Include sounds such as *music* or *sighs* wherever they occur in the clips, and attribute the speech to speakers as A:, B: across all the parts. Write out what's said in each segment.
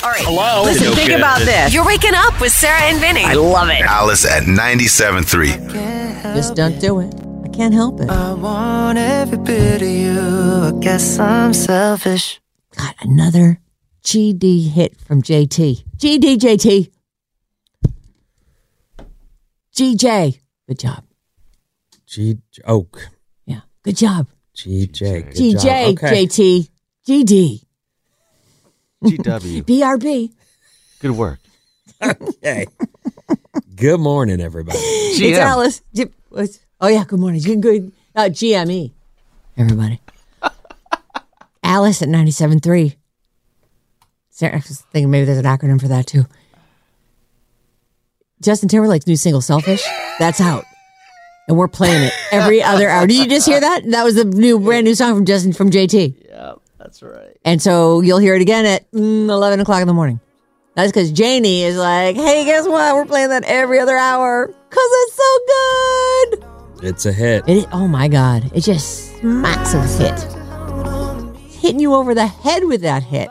A: All right.
B: Hello?
A: Listen,
B: No
A: think
B: good.
A: about this. You're waking up with Sarah and Vinny. I love it.
C: Alice at 97.3.
D: Just don't do it. I can't help it.
E: Oh, I want every bit of you. I guess I'm selfish.
D: Got another GD hit from JT. GD, JT. GJ. Good job.
F: G Oak.
D: Yeah. Good job.
F: GJ. Good job.
D: GJ,
F: Okay.
D: JT. GD. *laughs*
G: GW.
D: BRB.
G: Good work.
F: Hey. Good morning, everybody.
D: It's
G: GM.
D: Alice. G- what's- Oh, yeah. Good morning. Good. good uh, GME. Everybody. *laughs* Alice at 97.3. Sarah, I was thinking maybe there's an acronym for that too. Justin Timberlake's new single, Selfish, that's out. And we're playing it every other hour. Did you just hear that? That was the new, brand new song from Justin from JT.
G: Yeah, that's right.
D: And so you'll hear it again at mm, 11 o'clock in the morning. That's because Janie is like, hey, guess what? We're playing that every other hour because it's so good.
F: It's a hit.
D: It is, oh my God. It just smacks of a hit. Hitting you over the head with that hit.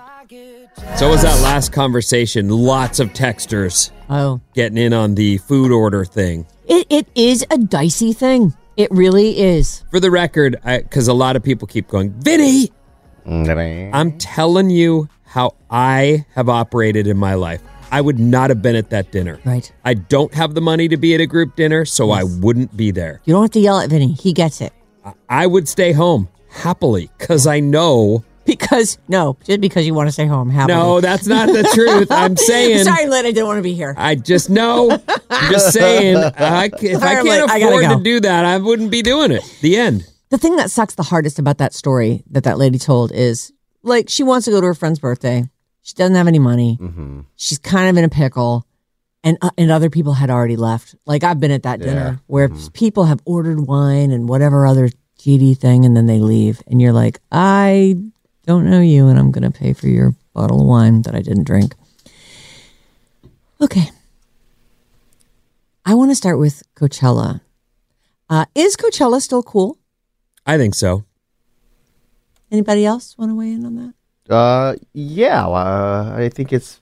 F: So was that last conversation. Lots of texters
D: Oh,
F: getting in on the food order thing.
D: it, it is a dicey thing. It really is.
F: For the record, because a lot of people keep going, Vinny, I'm telling you how I have operated in my life. I would not have been at that dinner.
D: Right.
F: I don't have the money to be at a group dinner, so I wouldn't be there.
D: You don't have to yell at Vinny. He gets it. *laughs*
F: I- I would stay home happily because I know.
D: Because, no, just because you want to stay home. Happily.
F: No, that's not the truth.
D: *laughs*
F: I'm saying.
D: Sorry, Lynn, I didn't want to be here.
F: I just know.
D: *laughs*
F: I'm just saying. I, c- if I
D: Alright,
F: can't
D: Lynn, I gotta
F: afford
D: go.
F: to do that, I wouldn't be doing it. The end.
D: The thing that sucks the hardest about that story that that lady told is like she wants to go to her friend's birthday. She doesn't have any money.
G: Mm-hmm.
D: She's kind of in a pickle. And, uh, and other people had already left. Like I've been at that dinner where people have ordered wine and whatever other GD thing, and then they leave, and you're like, I don't know you, and I'm gonna pay for your bottle of wine that I didn't drink. Okay, I want to start with Coachella. Uh, is Coachella still cool?
F: I think so.
D: Anybody else want to weigh in on that?
G: Uh, yeah. Uh, I think it's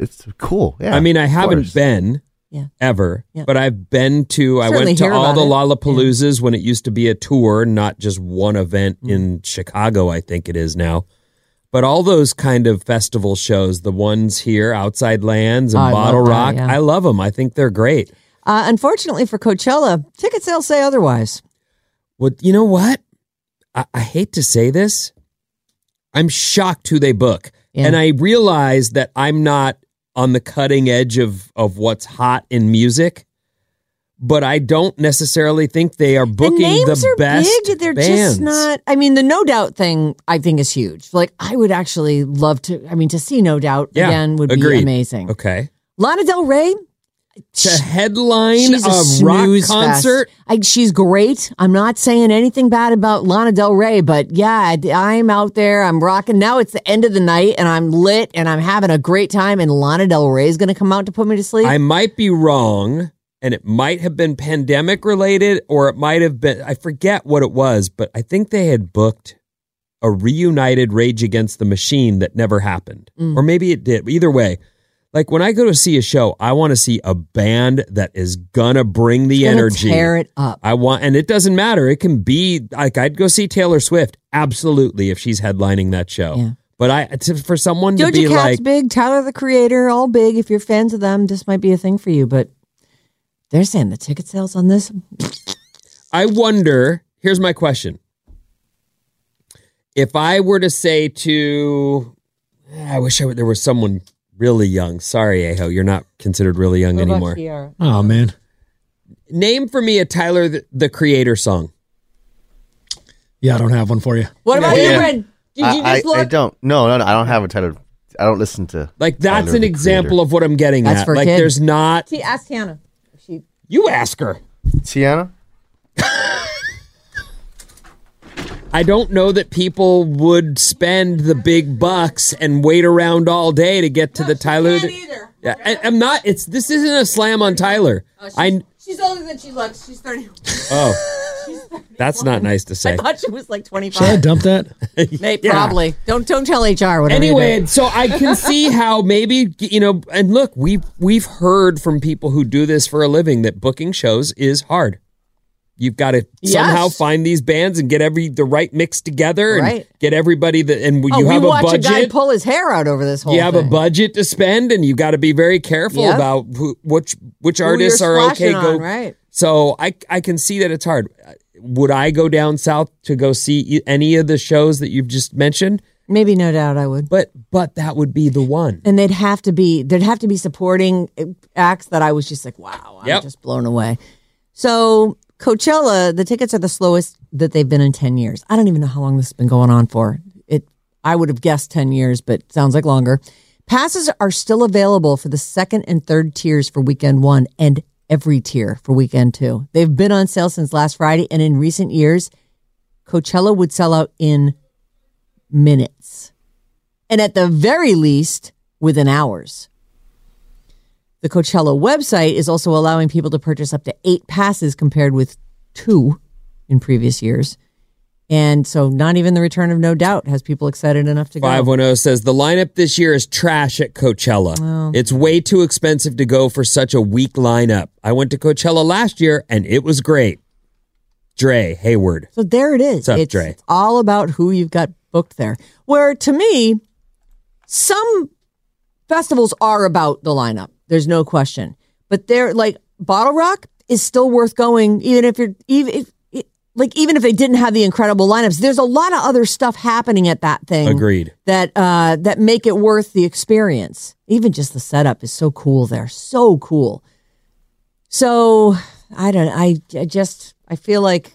G: it's cool. Yeah.
F: I mean, I
G: of
F: haven't
G: course.
F: been
D: Yeah.
F: ever,
D: Yeah.
F: but I've been to, I
D: Certainly
F: went to
D: hear
F: all the
D: about it.
F: Lollapaloozas when it used to be a tour, not just one event
D: Mm.
F: in Chicago, I think it is now. But all those kind of festival shows, the ones here, Outside Lands and
D: Oh, I love
F: Bottle
D: that,
F: Rock,
D: yeah.
F: I love them. I think they're great.
D: Uh, unfortunately for Coachella, ticket sales say otherwise.
F: Well, you know what? I, I hate to say this. I'm shocked who they book.
D: Yeah.
F: And I realize that I'm not on the cutting edge of, of what's hot in music, but I don't necessarily think they are booking
D: the names are
F: best
D: big. They're
F: bands.
D: just not. I mean, the No Doubt thing I think is huge. Like I would actually love to. I mean, to see No Doubt
F: Yeah,
D: again would
F: agreed.
D: be amazing.
F: Okay.
D: Lana Del Rey,
F: To headline
D: she's a,
F: a, rock
D: snooze
F: concert.
D: Fest. I, she's great. I'm not saying anything bad about Lana Del Rey, but yeah, I- I'm out there. I'm rocking. Now it's the end of the night, and I'm lit, and I'm having a great time. And Lana Del Rey is going to come out to put me to sleep.
F: I might be wrong, and it might have been pandemic related, or it might have been, I forget what it was, but I think they had booked a reunited Rage Against the Machine that never happened.
D: Mm.
F: Or maybe it did. Either way, like when I go to see a show, I want to see a band that is gonna bring the
D: Gonna
F: energy.
D: tear it up.
F: I want, and it doesn't matter. It can be like I'd go see Taylor Swift, absolutely, if she's headlining that show.
D: Yeah.
F: But I to, for someone to be
D: Doja Cat's
F: like
D: big, Tyler the Creator, all big. If you're fans of them, this might be a thing for you. But they're saying the ticket sales on this.
F: I wonder, here's my question. If I were to say to, "Ah, I wish I would, there was someone really young. Sorry, Aho, you're not considered really young anymore.
B: Oh man,
F: Name for me a Tyler the, the Creator song.
B: yeah, I don't have one for you.
D: What about
F: Yeah.
D: you, Brad? Did you
G: I,
D: just
G: I,
D: look?
G: I don't. No, no, no. I don't have a title. I don't listen to.
F: Like that's
G: Tyler,
F: an
G: the
F: example of what I'm getting
D: That's
F: at.
D: for
F: like
D: kids.
F: there's not.
D: T- ask Hannah. She,
F: You ask her.
G: Tiana.
F: I don't know that people would spend the big bucks and wait around all day to get to the Tyler. the-
D: either.
F: Yeah, I, I'm not. It's this isn't a slam on Tyler. I
D: Oh, She's older than she looks. She's 30.
F: oh, that's not nice to say.
D: I thought she was like
B: Should I
D: *laughs* 25.
B: dump that?
D: Maybe,
F: Yeah.
D: Probably. Don't don't tell HR whatever. you
F: Anyway,
D: do.
F: so I can see how maybe you know, and look, we've we've heard from people who do this for a living that booking shows is hard. You've got to
D: Yes.
F: somehow find these bands and get every the right mix together and
D: Right.
F: get everybody that and
D: oh,
F: you
D: we
F: have a
D: watch
F: budget.
D: a guy pull his hair out over this whole.
F: you have
D: thing.
F: a budget to spend, and you got to be very careful
D: Yep.
F: about who, which which
D: Who you're
F: artists are okay.
D: splashing
F: go
D: on, right.
F: So I I can see that it's hard. Would I go down south to go see e- any of the shows that you've just mentioned?
D: Maybe no doubt I would.
F: But but that would be the one.
D: And they'd have to be there'd have to be supporting acts that I was just like, wow, I'm
F: Yep.
D: just blown away. So Coachella, the tickets are the slowest that they've been in ten years. I don't even know how long this has been going on for. It I would have guessed ten years, but sounds like longer. Passes are still available for the second and third tiers for weekend one and every tier for weekend two. They've been on sale since last Friday, and in recent years, Coachella would sell out in minutes. And at the very least, within hours. The Coachella website is also allowing people to purchase up to eight passes compared with two in previous years. And so, not even the return of No Doubt has people excited enough to go.
F: Five one zero says the lineup this year is trash at Coachella. It's way too expensive to go for such a weak lineup. I went to Coachella last year and it was great. Dre Hayward.
D: So there it is.
F: What's up,
D: it's,
F: Dre?
D: it's all about who you've got booked there. Where to me, some festivals are about the lineup. There's no question. But they're like Bottle Rock is still worth going, even if you're even if, it- like even if they didn't have the incredible lineups. There's a lot of other stuff happening at that thing
F: Agreed.
D: that uh, that make it worth the experience. Even just the setup is so cool there, so cool. So I don't. I, I just I feel like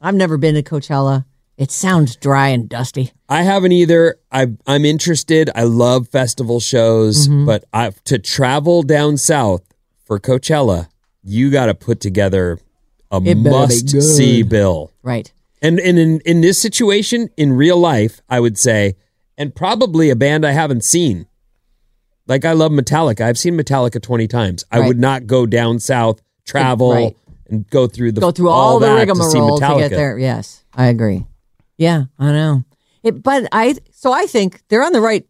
D: I've never been to Coachella. It sounds dry and dusty.
F: I haven't either. I I'm interested. I love festival shows,
D: Mm-hmm.
F: but I to travel down south for Coachella, you got to put together a
D: It better be
F: must see bill.
D: Right.
F: And and in in this situation in real life, I would say, and probably a band I haven't seen. Like I love Metallica. I've seen Metallica twenty times. I
D: Right.
F: would not go down south, travel,
D: Right.
F: and go through the
D: Go through all, the
F: that to see
D: rigmarole to,
F: Metallica.
D: get there. Yes, I agree. Yeah, I know. It, but I so I think they're on the right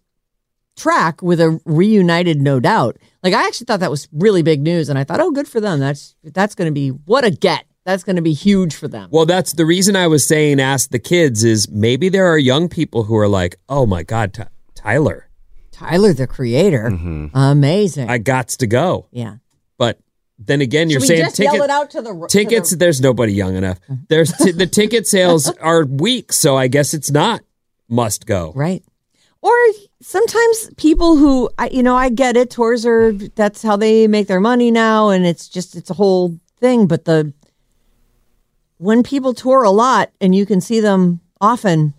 D: track with a reunited, no doubt. Like I actually thought that was really big news, and I thought, oh, good for them. That's that's going to be what a get. That's going to be huge for them.
F: Well, that's the reason I was saying ask the kids is maybe there are young people who are like, oh my God, Ty Tyler,
D: Tyler, the creator, amazing.
F: Mm-hmm. I gots to go.
D: yeah,
F: But then again, you're
D: Should we
F: saying
D: just yell
F: ticket-
D: it out Mm-hmm. to the to the-
F: tickets, there's nobody young enough. There's t- the ticket sales
D: *laughs*
F: are weak, so I guess it's not must go.
D: Right. Or sometimes people who I you know, I get it, tours are that's how they make their money now and it's just it's a whole thing, but the when people tour a lot and you can see them often,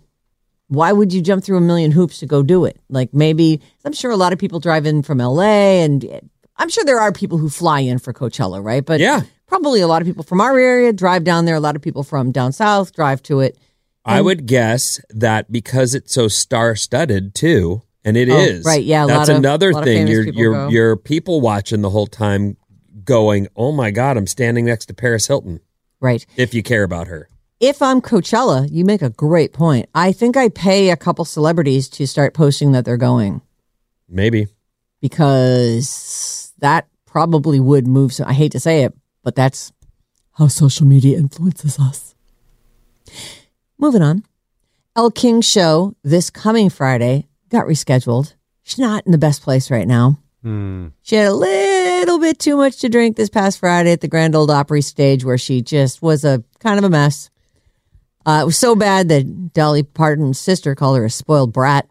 D: why would you jump through a million hoops to go do it? Like maybe I'm sure a lot of people drive in from LA and I'm sure there are people who fly in for Coachella, right? But
F: Yeah.
D: probably a lot of people from our area drive down there, a lot of people from down south drive to it.
F: I would guess that because it's so star studded too, and it is
D: Oh, right, yeah, a
F: That's
D: lot of-
F: another
D: lot of
F: thing.
D: famous
F: You're
D: people
F: you're
D: go.
F: you're people watching the whole time, going, "Oh my God, I'm standing next to Paris Hilton."
D: Right.
F: If you care about her,
D: if I'm Coachella, you make a great point. I think I pay a couple celebrities to start posting that they're going
F: maybe
D: because that probably would move. So I hate to say it, but that's how social media influences us. Moving on. El King show this coming Friday got rescheduled. She's not in the best place right now. She had a little bit too much to drink this past Friday at the Grand Old Opry stage, where she just was a kind of a mess. Uh, it was so bad that Dolly Parton's sister called her a spoiled brat.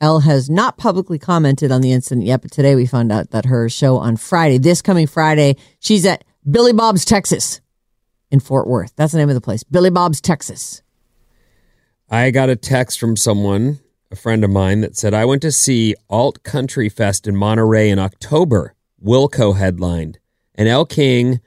D: Elle has not publicly commented on the incident yet, but today we found out that her show on Friday, this coming Friday, she's at Billy Bob's, Texas, in Fort Worth. That's the name of the place, Billy Bob's, Texas.
F: I got a text from someone, a friend of mine, that said, I went to see Alt Country Fest in Monterey in October. Wilco headlined, and El King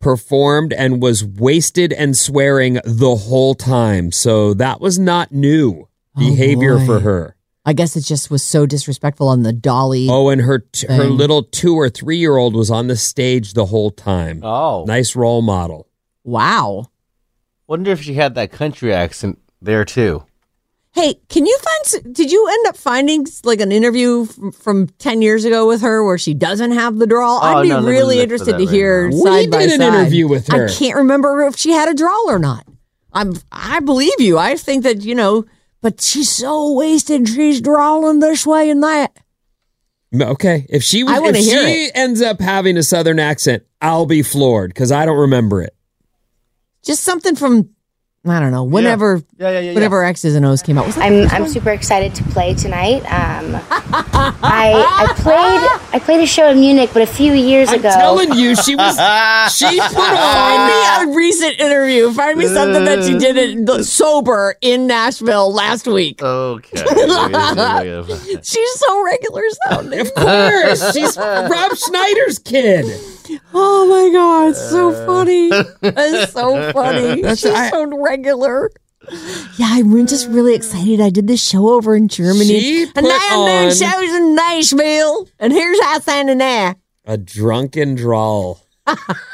F: performed and was wasted and swearing the whole time. So that was not new behavior
D: boy.
F: for her.
D: I guess it just was so disrespectful on the Dolly.
F: Oh, and her t- her
D: Thing.
F: little two or three year old was on the stage the whole time. Oh, nice role model.
D: Wow.
H: Wonder if she had that country accent there too.
D: Hey, can you find? s- Did you end up finding like an interview f- from ten years ago with her where she doesn't have the drawl?
F: Oh,
D: I'd be
F: no, let me
D: really
F: look for
D: interested
F: that
D: to
F: right
D: hear
F: now. We
D: side by
F: did an
D: side.
F: interview with her.
D: I can't remember if she had a drawl or not. I'm. I believe you. I think that you know, but she's so wasted. She's drawling this way and that.
F: M- Okay, if she was,
D: I
F: if
D: wanna hear
F: she ends up having a southern accent, I'll be floored because I don't remember it.
D: Just something from. I don't know. Whenever,
I: Yeah, yeah, yeah, yeah.
D: whenever X's and O's came out, was that
I: I'm
D: this
I: I'm
D: one?
I: super excited to play tonight. Um, I I played I played a show in Munich, but a few years ago.
F: telling you, she was-
D: *laughs*
F: she put
D: Find me a recent interview. Find me something that you did
F: *laughs*
D: it sober in Nashville last week.
H: Okay.
D: She's so regular sounding.
F: Of course, she's Rob Schneider's kid.
D: *laughs* Oh my god, it's so
F: *laughs*
D: funny. It's so funny.
F: Uh. That's-
D: She's
F: I-
D: so regular. Yeah, I'm just really excited. I did this show over in Germany.
F: She
D: and
F: put
D: I am
F: on-
D: doing shows in Nashville. And here's how I sound in there.
F: A drunken drawl,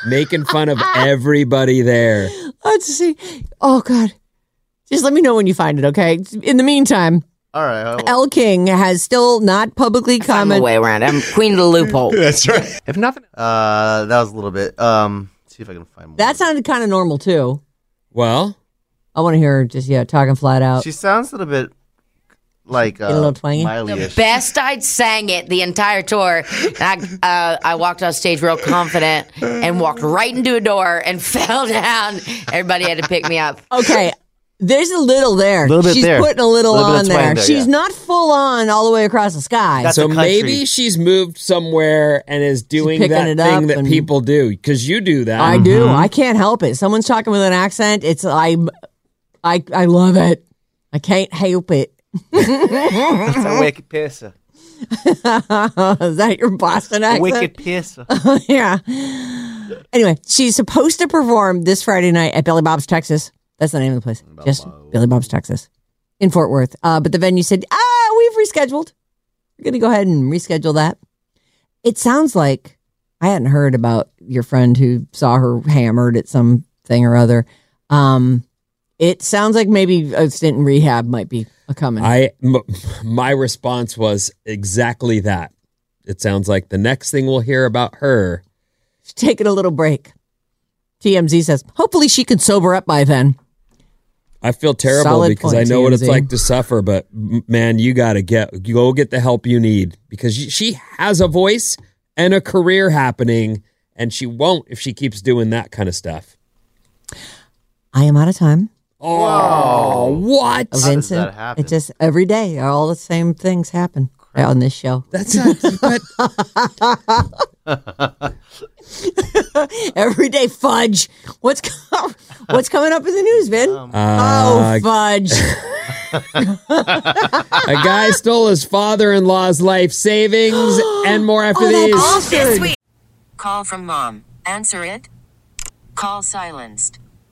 F: making fun of everybody there.
D: Let's see. Oh God. Just let me know when you find it, okay? In the meantime.
H: All right.
D: El King has still not publicly commented.
H: way around. I'm queen of the loophole. *laughs*
D: That's right.
H: If nothing, uh, that was a little bit. Um, see if I can find.
D: That sounded kind of normal too.
F: Well,
D: I want to hear her just yeah talking flat out.
H: She sounds a little bit like uh,
D: a little twangy?
H: Miley-ish.
J: Best I'd sang it the entire tour. And I, uh, I walked off stage real confident and walked right into a door and *laughs* fell down. Everybody had to pick me up.
D: Okay. There's a little there.
J: Little bit
D: She's
J: there.
D: putting a little,
J: Little bit
D: on
J: of
D: there.
J: twang there,
D: She's
J: yeah.
D: not full on all the way across the sky.
F: so maybe she's moved somewhere and is doing
D: picking
F: that
D: it
F: thing
D: up
F: that
D: and-
F: people do because you do that.
D: I
J: Mm-hmm.
D: do. I can't help it. Someone's talking with an accent. It's I, I, I love it. I can't help it. *laughs*
H: That's a wicked pisser.
D: Is that your Boston accent?
H: Wicked pisser.
D: *laughs* yeah. Anyway, she's supposed to perform this Friday night at Billy Bob's, Texas. That's the name of the place. Just Billy Bob's, Texas, in Fort Worth. Uh, but the venue said, ah, we've rescheduled. We're going to go ahead and reschedule that. It sounds like I hadn't heard about your friend who saw her hammered at something or other. Um, it sounds like maybe a stint in rehab might be a coming.
F: I m- my response was exactly that. It sounds like the next thing we'll hear about her.
D: taking a little break. TMZ says, hopefully she can sober up by then.
F: I feel terrible
D: Solid
F: because
D: point,
F: I know what it's
D: TMZ.
F: like to suffer, but m- man, you got to get go get the help you need because y- she has a voice and a career happening and she won't if she keeps doing that kind of stuff.
D: I am out of time.
F: Oh, what?
D: Vincent, It just every day, all the same things happen on this show. *laughs*
F: That's not,
D: every day fudge. What's *laughs* com- what's coming up in the news, Vin?
F: *laughs* Uh,
D: oh, fudge.
F: a guy stole his father-in-law's
D: *gasps*
F: life savings and more after
D: Oh,
F: these.
K: Call from mom. Answer it. Call silenced.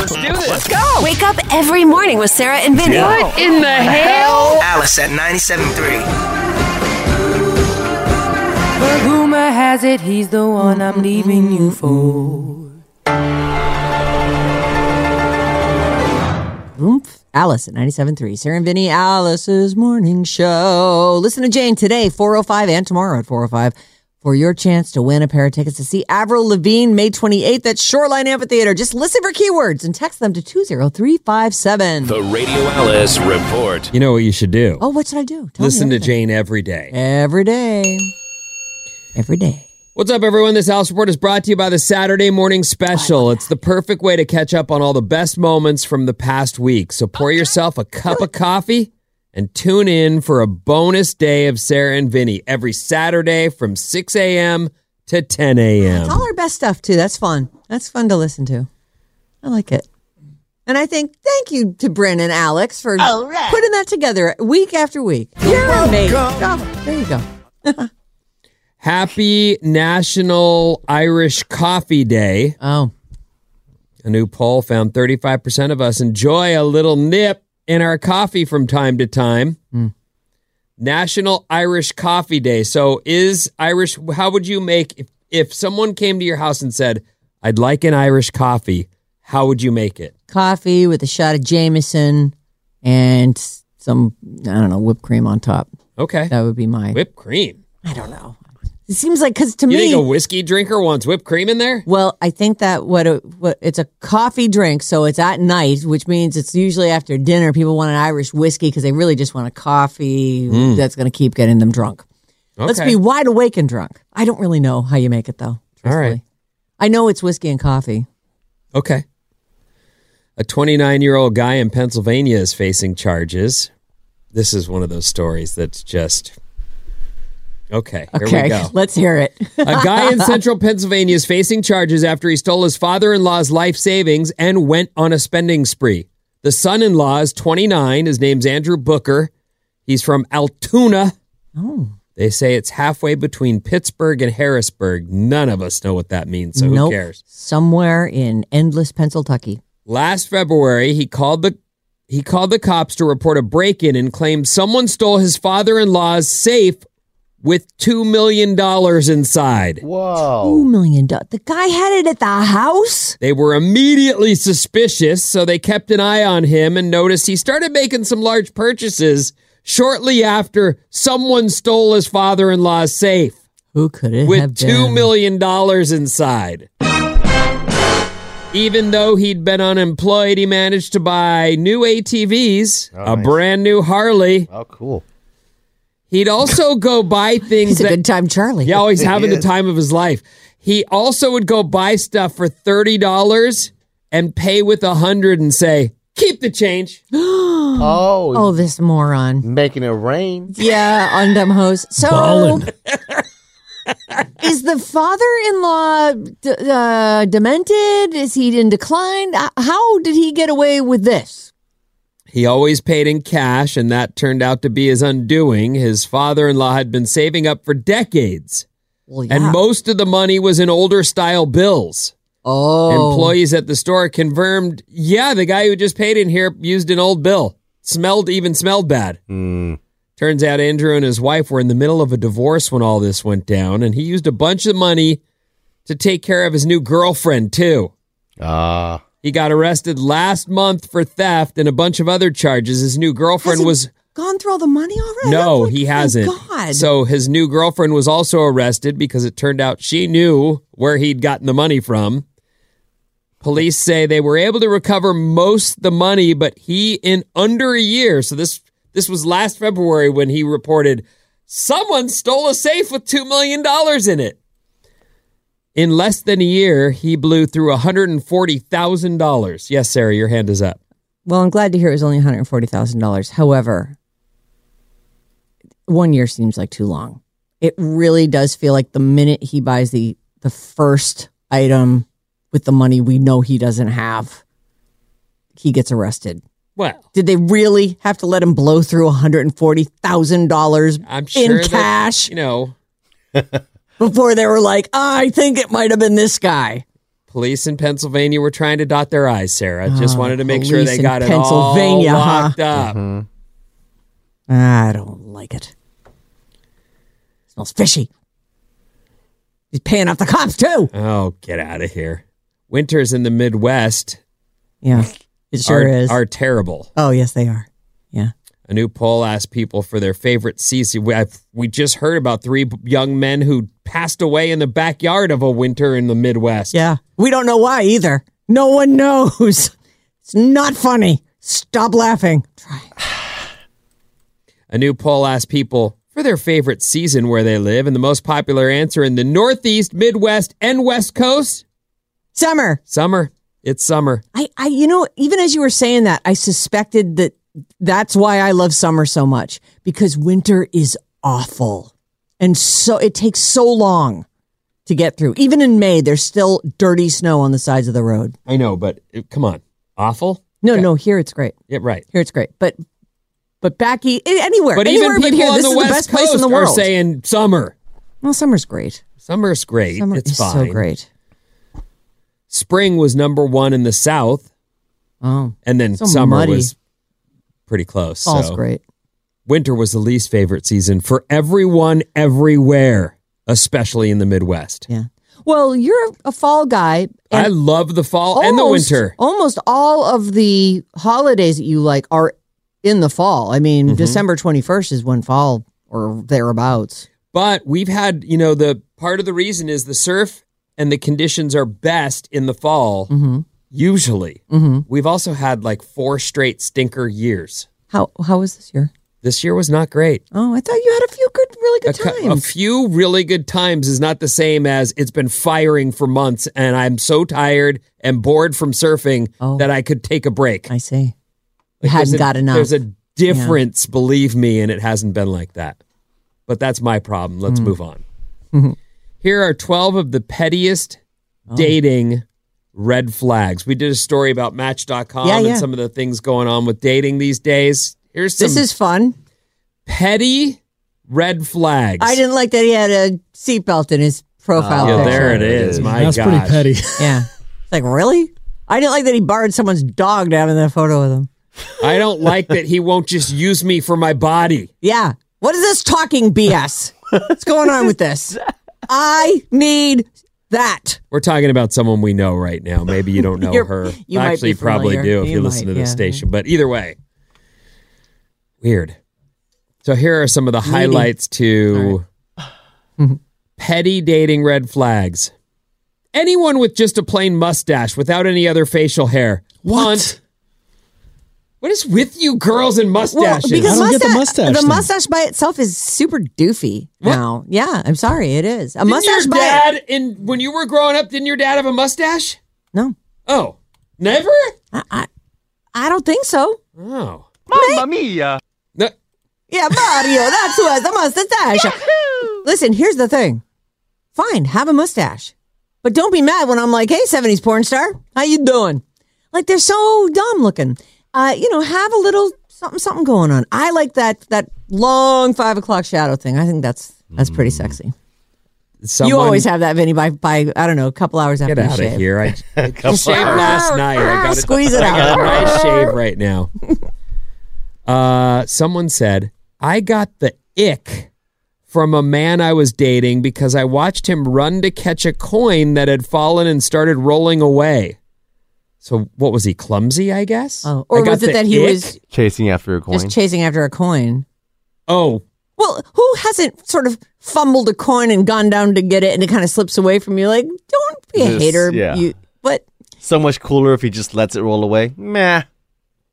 A: Let's do this. Let's go. Wake up every morning with Sarah and Vinny.
L: What in the hell?
A: Alice at 97.3.
M: But rumor has it he's the one I'm leaving you for.
D: Oomph. Alice at 97.3. Sarah and Vinny, Alice's morning show. Listen to Jane today, 4.05, and tomorrow at 4.05 for your chance to win a pair of tickets to see Avril Lavigne May 28th at Shoreline Amphitheater. Just listen for keywords and text them to 20357.
N: The Radio Alice Report.
F: You know what you should do?
D: Oh, what should I do? Tell me
F: Listen to
D: everything.
F: Jane every day.
D: Every day. Every day.
F: What's up, everyone? This House Report is brought to you by the Saturday Morning Special. It's the perfect way to catch up on all the best moments from the past week. So pour yourself a cup of coffee and tune in for a bonus day of Sarah and Vinny every Saturday from 6 a.m. to 10 a.m.
D: It's all our best stuff too. That's fun. That's fun to listen to. I like it. And I think thank you to Bryn and Alex for putting that together week after week. You're amazing. Oh, there you go.
F: Happy National Irish Coffee Day.
D: Oh.
F: A new poll found 35% of us enjoy a little nip in our coffee from time to time.
D: Hmm.
F: National Irish Coffee Day. So, is Irish, how would you make, if, if someone came to your house and said, I'd like an Irish coffee, how would you make it?
D: Coffee with a shot of Jameson and s- some I don't know whipped cream on top.
F: Okay.
D: That would be my.
F: Whipped cream.
D: I don't know. It seems like because to
F: you
D: me,
F: think a whiskey drinker wants whipped cream in there?
D: Well, I think that what, it, what it's a coffee drink, so it's at night, which means it's usually after dinner. People want an Irish whiskey because they really just want a coffee
O: Mm.
D: that's going to keep getting them drunk. Let's
O: Okay.
D: be wide awake and drunk. I don't really know how you make it though.
F: All right.
D: I know it's whiskey and coffee.
F: Okay. A 29 year old guy in Pennsylvania is facing charges. This is one of those stories that's just. Okay, here we
D: Okay,
F: go.
D: *laughs* let's hear it.
F: A guy in central Pennsylvania is facing charges after he stole his father in law's life savings and went on a spending spree. The son in law is 29. His name's Andrew Booker. He's from Altoona.
D: Oh.
F: They say it's halfway between Pittsburgh and Harrisburg. None of us know what that means, *laughs* so
D: nope.
F: who cares?
D: Somewhere in endless Pennsylvania.
F: Last February, he called the he called the cops to report a break-in and claimed someone stole his father-in-law's safe with 2 million dollars inside. Oh.
D: Two million dollars. The guy had it at the house.
F: They were immediately suspicious, so they kept an eye on him and noticed he started making some large purchases shortly after someone stole his father-in-law's safe
D: Who could it have
F: with
D: been?
F: 2 million dollars inside. Even though he'd been unemployed, he managed to buy new ATVs, a brand new Harley.
H: Oh, cool.
F: He'd also
D: *laughs*
F: go buy things. He's
D: a good time, *laughs* Charlie.
F: Yeah, oh, he's
D: He
F: having the
D: is.
F: time of his life. He also would go buy stuff for thirty dollars and pay with a hundred and say, "Keep
D: *gasps*
F: the change."
D: oh, oh, this moron
H: Making it rain.
D: Yeah, on dumb hose. So Is the father-in-law d- uh, demented? Is he in decline? Uh, How did he get away with this?
F: He always paid in cash, and that turned out to be his undoing. His father in law had been saving up for decades. And most of the money was in older style bills.
D: Oh.
F: Employees at the store confirmed yeah, the guy who just paid in here used an old bill. Smelled, even smelled bad. Turns out Andrew and his wife were in the middle of a divorce when all this went down, and he used a bunch of money to take care of his new girlfriend, too. Ah. He got arrested last month for theft and a bunch of other charges. His new girlfriend was.
D: Gone through all the money already?
F: No, he hasn't.
D: God.
F: So his new girlfriend was also arrested because it turned out she knew where he'd gotten the money from. Police say they were able to recover most the money, but he in under a year. So this this was last February when he reported someone stole a safe with two million dollars in it. In less than a year, he blew through $140,000. Yes, Sarah, your hand is up.
D: Well, I'm glad to hear it was only $140,000. However, one year seems like too long. It really does feel like the minute he buys the the first item with the money we know he doesn't have, he gets arrested.
F: Well,
D: Did they really have to let him blow through $140,000
F: I'm sure
D: in
F: that,
D: cash
F: you know,
D: before they were like, "Ah, I think it might have been this guy?
F: police in Pennsylvania were trying to dot their I's, Sarah. Just
D: Oh,
F: wanted to make sure
D: police
F: they
D: in
F: got it
D: Pennsylvania,
F: all
D: huh?
F: locked up.
D: Ah, I don't like it. Smells fishy. He's paying off the cops too.
F: Oh, get out of here. Winters in the Midwest.
D: Yeah, it sure
F: are,
D: is.
F: Are terrible.
D: Oh, yes, they are. Yeah.
F: A new poll asked people for their favorite CC. We, I've- we just heard about three b- young men who passed away in the backyard of a winter in the Midwest.
D: Yeah. We don't know why either. No one knows. *laughs* It's not funny. Stop laughing.
F: A new poll asked people for their favorite season where they live, and the most popular answer in the Northeast, Midwest, and West Coast
D: summer.
F: Summer. It's summer.
D: I, I, you know, even as you were saying that, I suspected that that's why I love summer so much because winter is awful. And so it takes so long to get through. Even in May, there's still dirty snow on the sides of the road.
F: I know, but uh, come on. Awful?
D: No, no, here it's great.
F: Yeah, right.
D: Here it's great. But, but back e- anywhere,
F: But
D: anywhere
F: even
D: but
F: people
D: here,
F: on
D: this
F: the
D: is
F: West
D: the best
F: Coast
D: place in the world.
F: are saying summer.
D: well, summer's great.
F: Summer's great.
D: Summer
F: it's
D: is so
F: fine.
D: great.
F: Spring was number one in the South.
D: Oh.
F: And then
D: So
F: summer
D: muddy.
F: was pretty close.
D: Fall's
F: so.
D: great.
F: Winter was the least favorite season for everyone, everywhere, especially in the Midwest.
D: Yeah. Well, you're a fall guy.
F: I love the fall and the
D: almost-
F: winter.
D: Almost all of the holidays that you like are in the fall. I mean,
F: Mm-hmm.
D: December 21st is when fall or thereabouts.
F: But we've had, you know, the part of the reason is the surf and the conditions are best in the fall,
D: Mm-hmm.
F: usually.
D: Mhm.
F: We've also had like four straight stinker years.
D: How how was this year?
F: This year was not great.
D: Oh, I thought you had a few good, really
F: A,
D: good
F: cou- a
D: times.
F: few really good times is not the same as it's been firing for months and I'm so tired and bored from surfing
D: Oh.
F: that I could take a break.
D: I see.
F: Like,
D: hadn't
F: there's a-
D: got enough.
F: There's a difference, believe me, and it hasn't been like that. But that's my problem. Let's
D: Mm. Mm-hmm.
F: move on. Here are 12 of the pettiest
D: Oh.
F: dating red flags. We did a story about Match.com
D: Yeah, yeah.
F: and some of the things going on with dating these days. Here's some
D: This is fun.
F: petty red flags.
D: I didn't like that he had a seatbelt in his profile.
F: Oh, Yeah,
D: picture.
F: there it is. My
B: That's pretty
F: gosh.
B: petty.
D: Yeah. It's like, really? I didn't like that he borrowed someone's dog to have in that photo with him.
F: I don't like that he won't just use me for my body.
D: Yeah. What is this talking
F: *laughs*
D: BS? What's going on with this? I need that.
F: We're talking about someone we know right now. Maybe you
D: *laughs*
F: don't know
D: You're-
F: her.
D: you might
F: Actually,
D: be
F: probably
D: familiar.
F: do if you,
D: You
F: listen
D: might,
F: to this
D: yeah.
F: station. But either way, weird. So here are some of the
D: Meaty.
F: highlights to *sighs* petty dating red flags. Anyone with just a plain mustache without any other facial hair. What? What is with you girls and mustaches?
D: because mustache, the mustache by itself is super doofy now. Yeah, I'm sorry, it is a
F: Didn't
D: mustache
F: your
D: by
F: dad in when you were growing up, didn't your dad have a mustache?
D: No.
F: Oh, never.
D: I don't think so.
F: Oh,
D: Mamma
F: mia!
D: *laughs* Yeah, Mario, that's what the mustache. Listen, here's the thing. Fine, have a mustache. But don't be mad when I'm like, hey, 70s porn star, how you doing? Like they're so dumb looking. Uh, you know, have a little something something going on. I like that that long five o'clock shadow thing. I think that's that's pretty sexy. you
F: Someone-
D: always have that, Vinny, by by I don't know, a couple hours after
F: Get
D: you
F: out
D: shave.
F: of here!
D: *laughs*
F: I, I shaved
D: Couple hours.
F: last night. I got
D: Squeeze it
F: I got
D: out.
F: a nice shave
D: *laughs*
F: right now. Uh, someone said I got the ick from a man I was dating because I watched him run to catch a coin that had fallen and started rolling away. So what was he clumsy? I guess. Oh,
D: or was it that he was-
G: chasing after a coin.
D: Just chasing after a coin.
F: oh,
D: Well, who hasn't sort of fumbled a coin and gone down to get it and it kind of slips away from you? Like, don't be a
G: This-
D: hater.
G: yeah.
D: You, but
G: So much cooler if he just lets it roll away. Meh.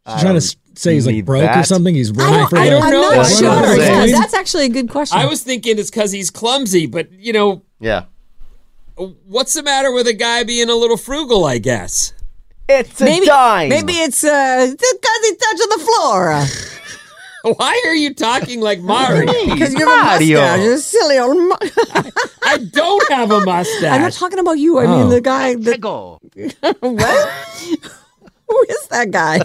B: He's trying to s- say he's like
G: need
B: broke or
G: that.
B: something. He's
G: I
B: running
G: don't-
B: for
G: I
B: the-
G: don't know.
B: Running
G: Sure.
B: for the
G: Yeah,
B: coin.
D: that's actually a good question.
F: I was thinking it's because he's clumsy, but you know,
G: Yeah.
F: what's the matter with a guy being a little frugal? I guess.
G: It's a
D: maybe,
G: dime.
D: Maybe it's uh, because he touched the floor.
F: *laughs* Why are you talking like Mario?
D: Because you have a
F: Mario.
D: mustache. You're silly old. Mu- *laughs*
F: I don't have a mustache.
D: I'm not talking about you. I mean
F: Oh.
D: the guy. The- what? Who is that guy?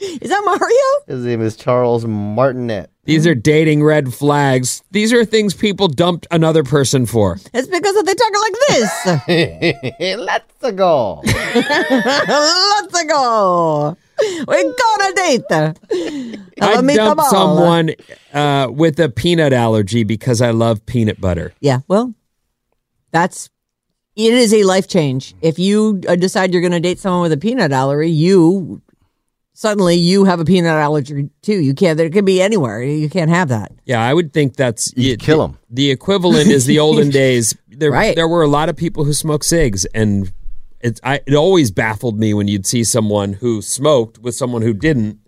D: Is that Mario?
G: His name is Charles Martinet. *laughs*
F: These are dating red flags. These are things people dumped another person for.
D: It's because they talk like this.
G: Let's go.
D: Let's go. We're gonna date.
F: I
D: Hello, me,
F: dumped
D: Kabbalah.
F: someone uh, with a peanut allergy because I love peanut butter.
D: Yeah, well, that's it is a life change. If you uh, decide you're going to date someone with a peanut allergy, you suddenly you have a peanut allergy too. You can't. There could be anywhere. You can't have that.
F: Yeah, I would think that's you
G: kill 'em.
F: The, equivalent is
D: *laughs*
F: the olden days. There,
D: Right.
F: there were a lot of people who smoked cigs, and it, I, it always baffled me when you'd see someone who smoked with someone who didn't,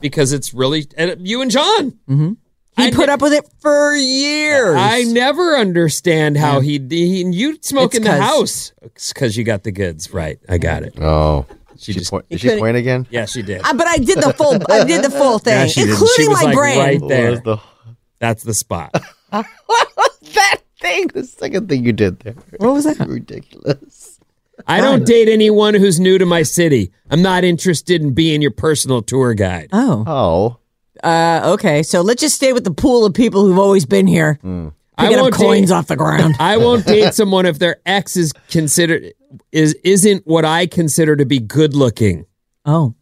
F: because it's really and you and John.
D: Mm-hmm. He put up with it for years.
F: I never understand how he, he and you smoke
D: It's
F: in the
D: 'cause-
F: house because you got the goods right. I got it.
G: Oh.
F: She, just
G: Did she point again?
F: yeah, she did.
D: Uh, but I did the full. I did the full thing,
F: *laughs* Yeah, she did. She
D: including
F: was,
D: my
F: like,
D: brain.
F: right there.
G: What was the
F: That's the *laughs* spot.
G: that thing? The second thing you did there.
D: What was that?
G: Ridiculous.
F: I don't date anyone who's new to my city. I'm not interested in being your personal tour guide.
D: Oh.
G: Oh.
D: Uh, okay, so let's just stay with the pool of people who've always been here. Picking up coins off the ground.
F: *laughs* I won't date someone if their ex is considered is isn't what I consider to be good looking.
D: Oh.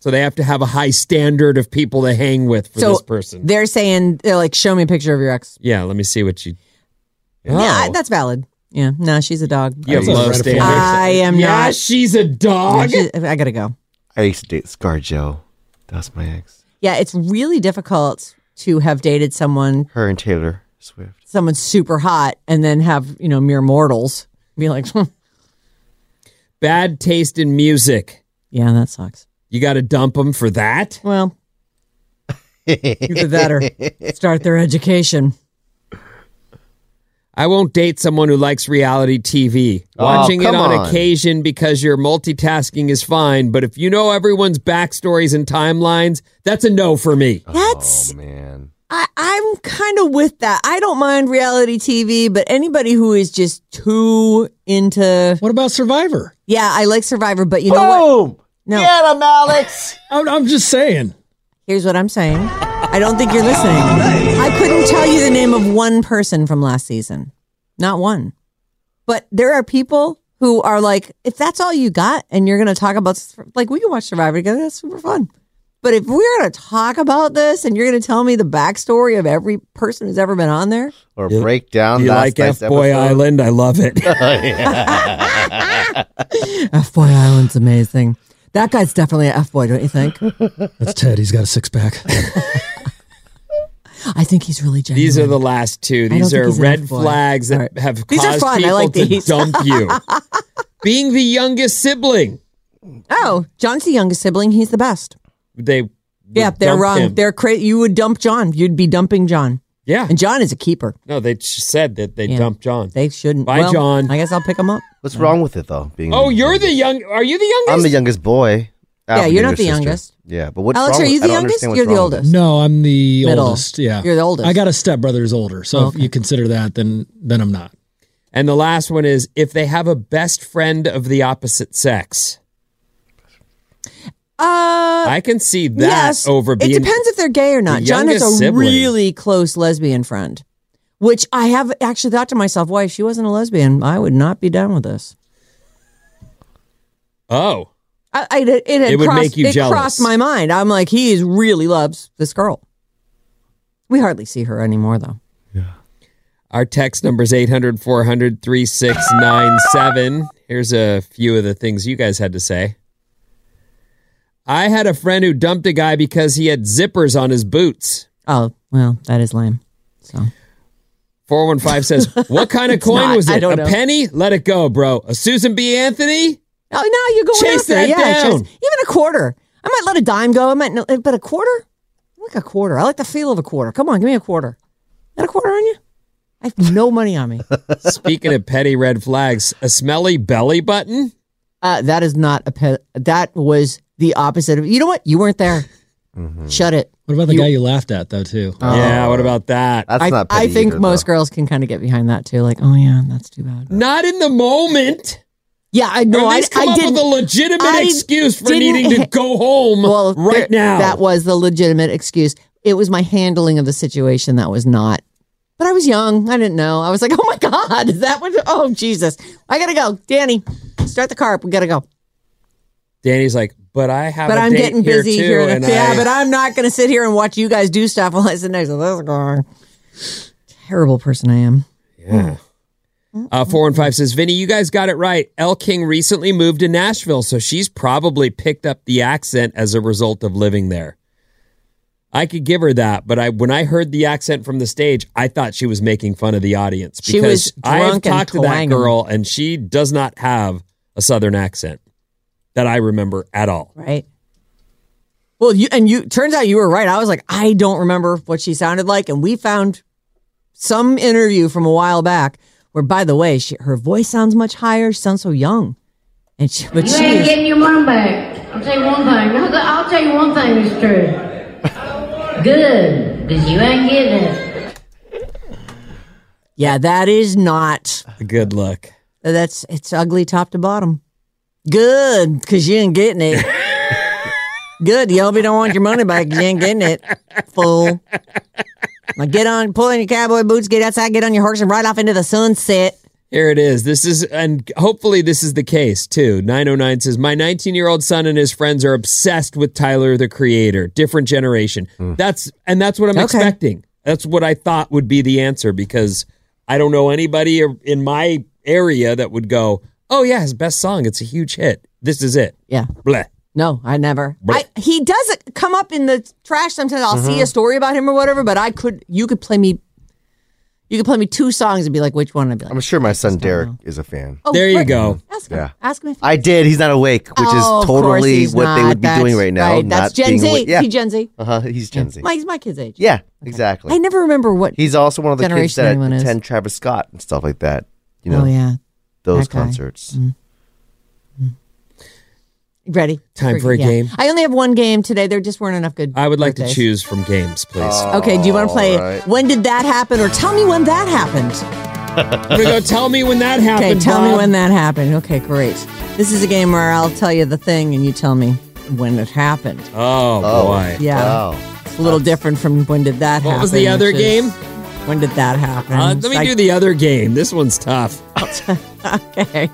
F: So they have to have a high standard of people to hang with for
D: so
F: this person.
D: they're saying they're like, show me a picture of your ex.
F: Yeah, let me see what you. Oh.
D: Yeah, I- that's valid. Yeah, no, she's a dog.
F: You have
D: I-
F: low standards.
D: I am
F: Yeah,
D: not.
F: she's a dog.
D: Yeah, she- I gotta go.
G: I used to date ScarJo. That's my ex.
D: Yeah, it's really difficult to have dated someone,
G: Her and Taylor Swift.
D: someone super hot, and then have you know mere mortals be like, *laughs* "Hmm,
F: Bad taste in music.
D: yeah, that sucks.
F: You got to dump them for that. *laughs*
D: Well, either that or start their education.
F: I won't date someone who likes reality TV.
G: Oh,
F: Watching it
G: come
F: on,
G: on.
F: occasion because you're multitasking is fine, but if you know everyone's backstories and timelines, that's a no for me.
D: That's
G: Oh man.
D: I, I'm kind of with that. I don't mind reality TV, but anybody who is just too into
B: What about Survivor?
D: yeah, I like Survivor, but you know what?
G: Boom!
D: No.
G: Get him, Alex!
B: I'm, I'm just saying.
D: Here's what I'm saying. I don't think you're listening. I couldn't tell you the name of one person from last season. Not one. But there are people who are like, if that's all you got and you're going to talk about, like, we can watch Survivor together. That's super fun. But if we're going to talk about this and you're going to tell me the backstory of every person who's ever been on there,
G: Or
F: You-
G: break down
F: Do you
G: last
F: like F
G: night's
F: Boy
G: episode. Oh,
F: Island? I love
G: *laughs*
F: it.
D: F-Boy Island's amazing. That guy's definitely an F-Boy, don't you think?
B: *laughs* That's Ted. He's got a six pack.
D: *laughs* I think he's really genuine.
F: These are the last two.
D: don't
F: These
D: think
F: are
D: he's an
F: red
D: F-boy.
F: flags
D: All
F: that
D: right.
F: have
D: These are
F: caused
D: fun. I
F: people
D: like
F: to
D: these.
F: dump
D: *laughs*
F: you. Being the youngest sibling,
D: Oh, John's the youngest sibling. He's the best.
F: they would
D: Yeah, they're
F: dump
D: wrong.
F: him.
D: They're crazy. You would dump John. You'd be dumping John.
F: yeah.
D: And John is a keeper.
F: No, they sh- said that they
D: Yeah.
F: dumped John.
D: They shouldn't.
F: Bye,
D: Well,
F: John.
D: I guess I'll pick him up.
G: What's wrong with it though? Being
F: oh, you're the young. Are you the youngest?
G: I'm the youngest boy.
D: Yeah, you're not
G: Alpha
D: the
G: sister.
D: youngest.
G: Yeah, but what's
D: Alex,
G: wrong
D: are
G: with-
D: you
G: I
D: the
G: don't
D: youngest?
G: understand
D: You're
G: what's
D: the
G: wrong with it.
D: oldest.
B: No, I'm the
D: Middle.
B: oldest. Yeah,
D: You're the oldest. Oh,
B: I got a stepbrother who's older, so
D: Okay.
B: if you consider that, then then I'm not.
F: And the last one is if they have a best friend of the opposite sex.
D: Uh,
F: I can see that
D: yes,
F: over being.
D: It depends if they're gay or not.
F: the
D: John has a
F: youngest sibling.
D: really close lesbian friend, which I have actually thought to myself, why if she wasn't a lesbian, I would not be down with this.
F: Oh,
D: I, I- it, it, had
F: It would
D: crossed,
F: make you
D: it
F: jealous.
D: crossed my mind. I'm like, he is really loves this girl. We hardly see her anymore, though.
F: Our text number is 800 400 3697. Here's a few of the things you guys had to say. I had a friend who dumped a guy because he had zippers on his boots.
D: Oh, well, that is lame. So *laughs*
F: 415 says, What kind of
D: It's
F: coin
D: not.
F: was
D: I
F: it?
D: don't
F: A
D: know.
F: penny? Let it go, bro. A Susan B. Anthony?
D: Oh, now you're going
F: Chase
D: after
F: that
D: it. yeah,
F: down.
D: Even a quarter. I might let a dime go. I might, no, but a quarter. I like a quarter. I like the feel of a quarter. Come on, give me a quarter. Got a quarter on you? I have no *laughs* money on
F: *laughs*
D: me.
F: Speaking of petty red flags, a smelly belly button?
D: Uh, that is not a pe- that was the opposite of. You know what? You weren't there.
F: Mm-hmm.
D: Shut it.
B: What about the guy you laughed at though too?
F: yeah, what about that?
D: Oh. I, I think most girls can kind of get behind that too. Like, oh yeah, that's too bad.
F: Not in the moment.
D: Yeah, I know.
F: Or at
D: I,
F: least come
D: I
F: up
D: didn't,
F: with a legitimate
D: I
F: excuse for
D: didn't
F: needing to
D: ha-
F: go home
D: well, there-
F: right now.
D: That was the legitimate excuse. It was my handling of the situation that was not. But I was young. I didn't know. I was like, *laughs* oh my God, is that what? Oh, Jesus. I got to go. Danny, start the car. We got to go.
F: Danny's like, but I have.
D: but
F: i
D: I'm getting busy
F: here, too,
D: here.
F: and
D: yeah,
F: I-
D: but I'm not going to sit here and watch you guys do stuff while I sit next to this
F: *sighs*
D: car. Terrible person I am.
F: Yeah. Uh, four and five says, Vinny, you guys got it right. El King recently moved to Nashville, so she's probably picked up the accent as a result of living there. I could give her that, but I when I heard the accent from the stage, I thought she was making fun of the audience
D: She
F: because
D: was
F: I've
D: drunk and
F: talked to that
D: twanging.
F: girl and she does not have a southern accent that I remember
D: *laughs*
F: at all.
D: Right. Well, you and you turns out you were right. I was like, I don't remember what she sounded like, and we found some interview from a while back where, by the way, she, her voice sounds much higher. She sounds so young, and she, but
O: you
D: she
O: ain't
D: is-
O: getting your money back. I'll tell you one thing. No, th- I'll tell you one thing is true. Good, because you ain't getting it.
D: yeah, that is not
F: A good look.
D: that's it's ugly top to bottom. Good, because you ain't getting it. Good, you hope you don't want your money back. 'cause You ain't getting it, fool. Now get on, pull in your cowboy boots, get outside, get on your horse, and ride off into the sunset.
F: Here it is. This is, and hopefully this is the case too. 909 says, My 19 year old son and his friends are obsessed with Tyler the creator, different generation. That's, and that's what I'm
D: Okay.
F: expecting. That's what I thought would be the answer because I don't know anybody er, in my area that would go, Oh, yeah, his best song. It's a huge hit. This is it.
D: Yeah.
F: Bleh.
D: No, I never.
F: Bleh.
D: I, he does it- come up in the trash sometimes. I'll see
F: Mhm.
D: a story about him or whatever, but I could. You could play me. You could play me two songs and be like, which one? I'd be like,
G: I'm sure my son Derek is a fan.
D: Oh, There you right. go.
G: Ask him. Yeah.
D: ask me. If
G: I did. He's not awake, which
D: Oh,
G: is
D: of course
G: totally
D: he's
G: what they
D: not.
G: would be doing
D: That's
G: right now.
D: right. That's
G: not
D: Gen
G: being
D: Z.
G: awake.
D: He Gen Z.
G: Uh huh. He's Gen Z.
D: My, he's my kid's age.
G: Yeah, exactly.
D: I never remember what.
G: He's also one of the kids
D: generation
G: that
D: anyone is.
G: attend Travis Scott and stuff like that. You
D: Oh,
G: know.
D: yeah. Mm.
G: Those
D: That guy.
G: concerts.
D: Ready?
F: Time for a
D: yeah.
F: game?
D: I only have one game today. There just weren't enough good.
F: I would like to
D: birthdays.
F: choose from games, please.
D: Okay, do you want to play? When did that happen? Or tell me when that happened.
F: I'm going to go tell me when that happened.
D: Okay, tell me
F: Bob.
D: when that happened. Okay, great. This is a game where I'll tell you the thing and you tell me when it happened.
F: Oh, boy.
D: Yeah. It's a little different from when did that happen.
F: What was the other
D: which is,
F: game?
D: When did that happen?
F: Uh, let me
D: Like-
F: do the other game. This one's tough.
D: *laughs*
F: *laughs*
D: okay.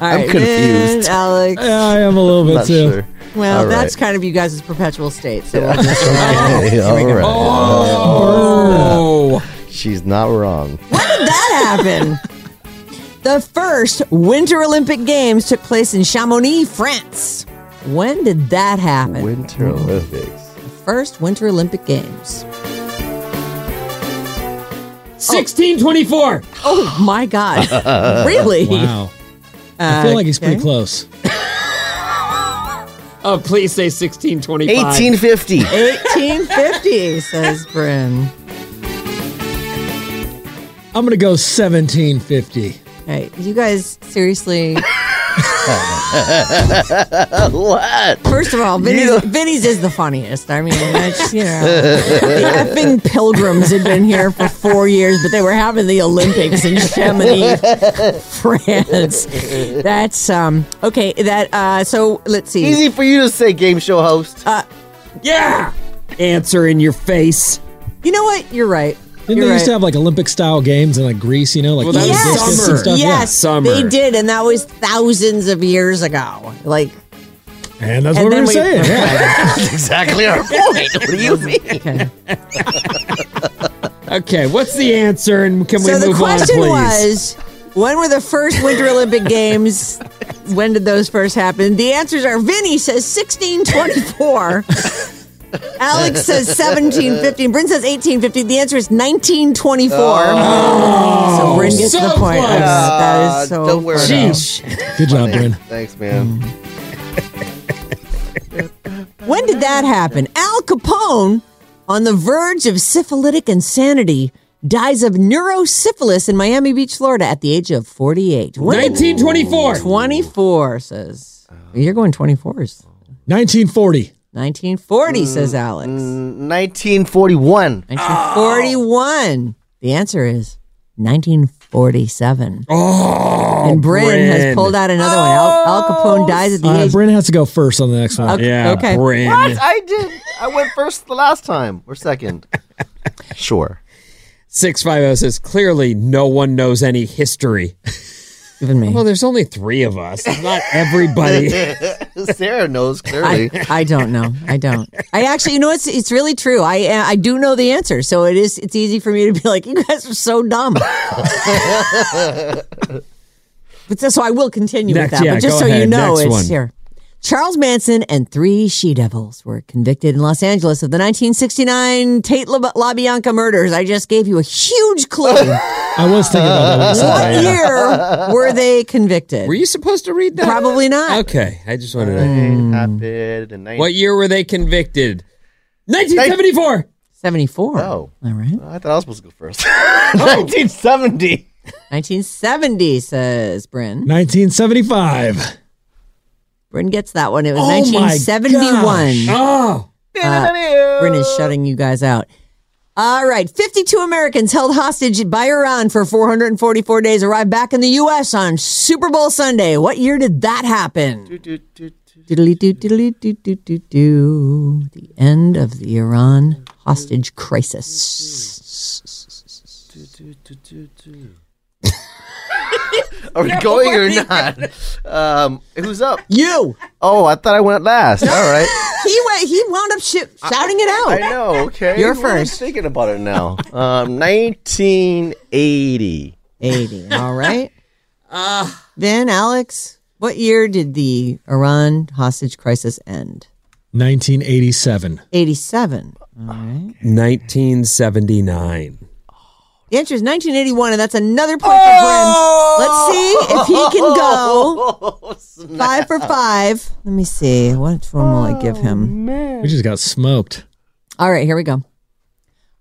D: All
F: I'm
D: right,
F: confused.
D: then, Alex.
B: I am a little bit
F: Not
D: *laughs*
B: too.
F: sure.
D: Well,
B: All
D: that's
B: right.
D: kind of you guys' perpetual state. So
B: Yeah.
D: we'll just-
G: Okay,
D: Here we
G: *laughs* all
D: go.
G: right.
F: Oh.
G: She's not wrong.
F: *laughs*
D: that happen? The first Winter Olympic Games took place in Chamonix, France. When did that happen?
G: Winter Olympics.
D: The first Winter Olympic Games.
F: 1624.
D: Oh my God. really? Uh,
B: Wow. I feel like he's pretty
D: okay.
B: close.
F: *laughs* Oh, please say 1625.
G: 1850.
D: 1850, says Bryn.
B: I'm gonna go 1750.
D: Hey, you guys seriously what? First of all, Vinny's, Vinny's is the funniest. I mean, that's, you know, the effing pilgrims had been here for four years, but they were having the Olympics in Chamonix, France. That's um okay. That uh, so let's see.
G: Easy for you to say, game show host.
D: Uh,
F: yeah. Answer in your face.
D: You know what? You're right.
B: Didn't
D: You're
B: they used to
D: right.
B: have like Olympic style games in like Greece? You know, like E
F: Well, that was
B: eating discus
F: summer.
B: and stuff.
D: Yes, they did, and that was thousands of years ago. Like
B: And that's
D: And then
B: what we were
D: we- *laughs*
B: saying. Yeah.
F: *laughs*
G: exactly our point. What do you mean?
F: Okay, what's the answer? And can
D: so
F: we
D: the
F: move on,
D: question
F: please?
D: was, when were the first Winter
F: *laughs*
D: Olympic Games? when did those first happen? The answers are Vinny says
F: *laughs*
D: 1624. Alex says 1715. Bryn says 1850. The answer is 1924. so Bryn gets
F: Oh.
D: the
F: so
D: point.
F: close.
D: I know, that is so
G: Uh, don't worry about it.
F: Sheesh.
B: Good job, Bryn.
G: Thanks, man.
D: When did that happen? Al Capone, on the verge of syphilitic insanity, dies of neurosyphilis in Miami Beach, Florida, at the age of 48. When did-
F: 1924.
D: 24 says. You're going 24s.
B: 1940.
D: 1940 says Alex.
G: 1941.
D: 1941. The answer is 1947. Oh, and Bryn, has
B: Bryn.
D: pulled out another one. Al, Al Capone dies at the
B: Uh,
D: age.
B: Bryn has to go first on the next one.
D: Okay, Yeah, okay. Bryn.
G: What? I did. I went first the last time or second. *laughs* Sure.
F: 650 says, clearly no one knows any history.
D: *laughs* Even me.
F: Well, there's only three of us. Not everybody.
D: *laughs*
G: Sarah knows
D: I,
G: clearly.
D: I don't know. I don't. I actually, you know, it's it's really true. I uh, I do know the answer, so it is. It's easy for me to be like, you guys are so
F: *laughs*
D: dumb. But so, so I will continue
F: Next,
D: with that.
F: yeah,
D: but just
F: go
D: so you
F: ahead.
D: know,
F: Next
D: it's
F: one.
D: here. Charles Manson and three she devils were convicted in Los Angeles of the 1969 Tate La- LaBianca murders. I just gave you a huge clue.
F: *laughs*
B: I was thinking about that.
D: what
B: one.
D: year were they convicted?
F: Were you supposed to read that?
D: Probably not. Mm.
F: Okay, I just wanted to
G: happened in
F: What year were they convicted? 1974.
D: 74.
G: Oh.
D: All right.
G: I thought I was supposed to go
D: *laughs*
G: first.
D: Oh.
G: 1970.
D: 1970 says Bryn.
B: 1975.
D: Bryn gets that one. It was
B: Oh my
D: 1971.
B: gosh. Oh.
D: Uh, Bryn is shutting you guys out. All right. 52 Americans held hostage by Iran for 444 days arrived back in the U.S. on Super Bowl Sunday. What year did that happen? Diddly doo, diddly doo, doo, doo, doo. The end of the Iran hostage crisis.
G: Are we going or
D: *laughs*
G: not? Um, who's up?
D: You.
G: Oh, I thought I went
D: *laughs*
G: last. All right.
D: He went, he wound up sh- shouting it out.
G: I know. Okay.
D: You're
G: Well, I'm
D: first.
G: thinking about it now. Um, 1980.
D: 80. All right. Then, Alex, what year did the Iran hostage crisis end?
B: 1987.
D: 87. All right.
F: 1979.
D: The answer is 1981, and that's another point for Bryn. Let's see if he can go five for five. Let me see. What one will I give him?
B: We just got smoked.
D: All right, here we go.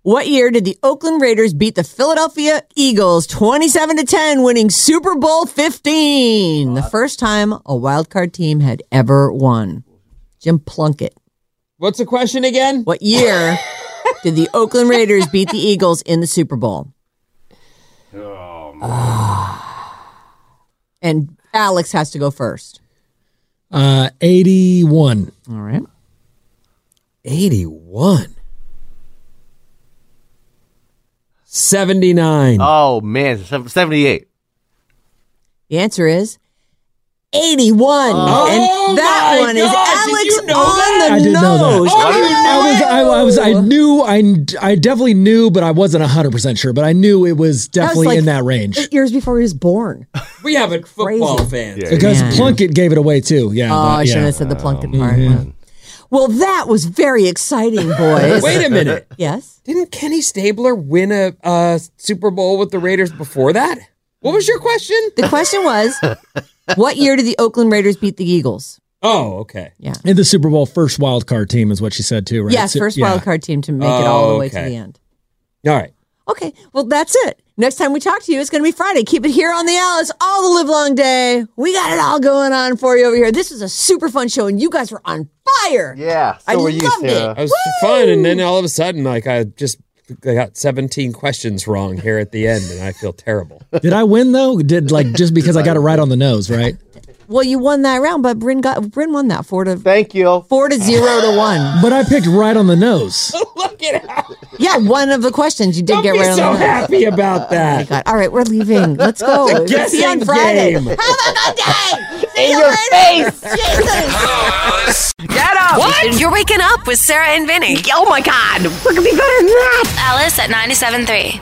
D: What year did the Oakland Raiders beat the Philadelphia Eagles 27 to 10, winning Super Bowl 15? The first time a wild card team had ever won. Jim Plunkett.
F: What's the question again?
D: What year did the Oakland Raiders beat the Eagles in the Super Bowl? *sighs* and Alex has to go first.
B: Uh, 81.
D: All right.
F: 81. 79.
G: Oh, man. it's sev- 78.
D: The answer is 81. and that
F: Oh my
D: one is
F: gosh, did
D: Alex
F: you know
D: on
F: that? Oh,
D: the
B: I did know
D: nose.
B: that. I, was, I, I was, I knew, I, I definitely knew, but I wasn't hundred percent sure. But I knew it was definitely
D: like-
B: in that range
D: Eight years before he was born.
F: We have a football fan.
B: because Plunkett gave it away too. Yeah.
D: Oh, I
B: that-
D: shouldn't
B: yeah.
D: have said the Plunkett part.
B: Mm-hmm.
D: Well, that was very exciting, boys.
F: Wait a minute.
D: Yes.
F: Didn't Kenny Stabler win a uh, Super Bowl with the Raiders before that? What was your question?
D: The question was what year did the Oakland Raiders beat the Eagles?
F: Oh, okay.
D: Yeah.
B: In the Super Bowl, first wild card team is what she said too, right?
D: Yes,
B: So-
D: first
B: yeah.
D: wild card team to make it all the way to
F: Okay.
D: the end.
F: All right.
D: Okay, well that's it. Next time we talk to you, it's going to be Friday. Keep it here on the Alice all the live long day. We got it all going on for you over here. This was a super fun show, and you guys were on fire.
G: Yeah,
D: I loved it.
F: I was fun, and then all of a sudden, like I just I got 17 questions wrong here at the end, and I feel terrible.
B: *laughs* Did I win though? Did like just because I got it right on the nose, right?
D: Well, you won that round, but Bryn got Bryn won that four to
G: thank you
D: four to zero to one.
B: But I picked right on the nose.
D: Yeah, one of the questions you did get
B: be
D: right
B: so
D: on. the nose.
B: happy about
D: Oh my
B: that.
D: God. All right, we're leaving. Let's go.
B: It's a
D: See you on
B: guessing
D: Friday.
B: game.
D: Have a good day.
B: *laughs*
D: See
A: In
D: you
A: your
D: later.
A: face.
D: Jesus.
A: Get up! What? You're waking up with Sarah and Vinny. Oh my God. We're going to be better than that.
K: Alice at 97.3.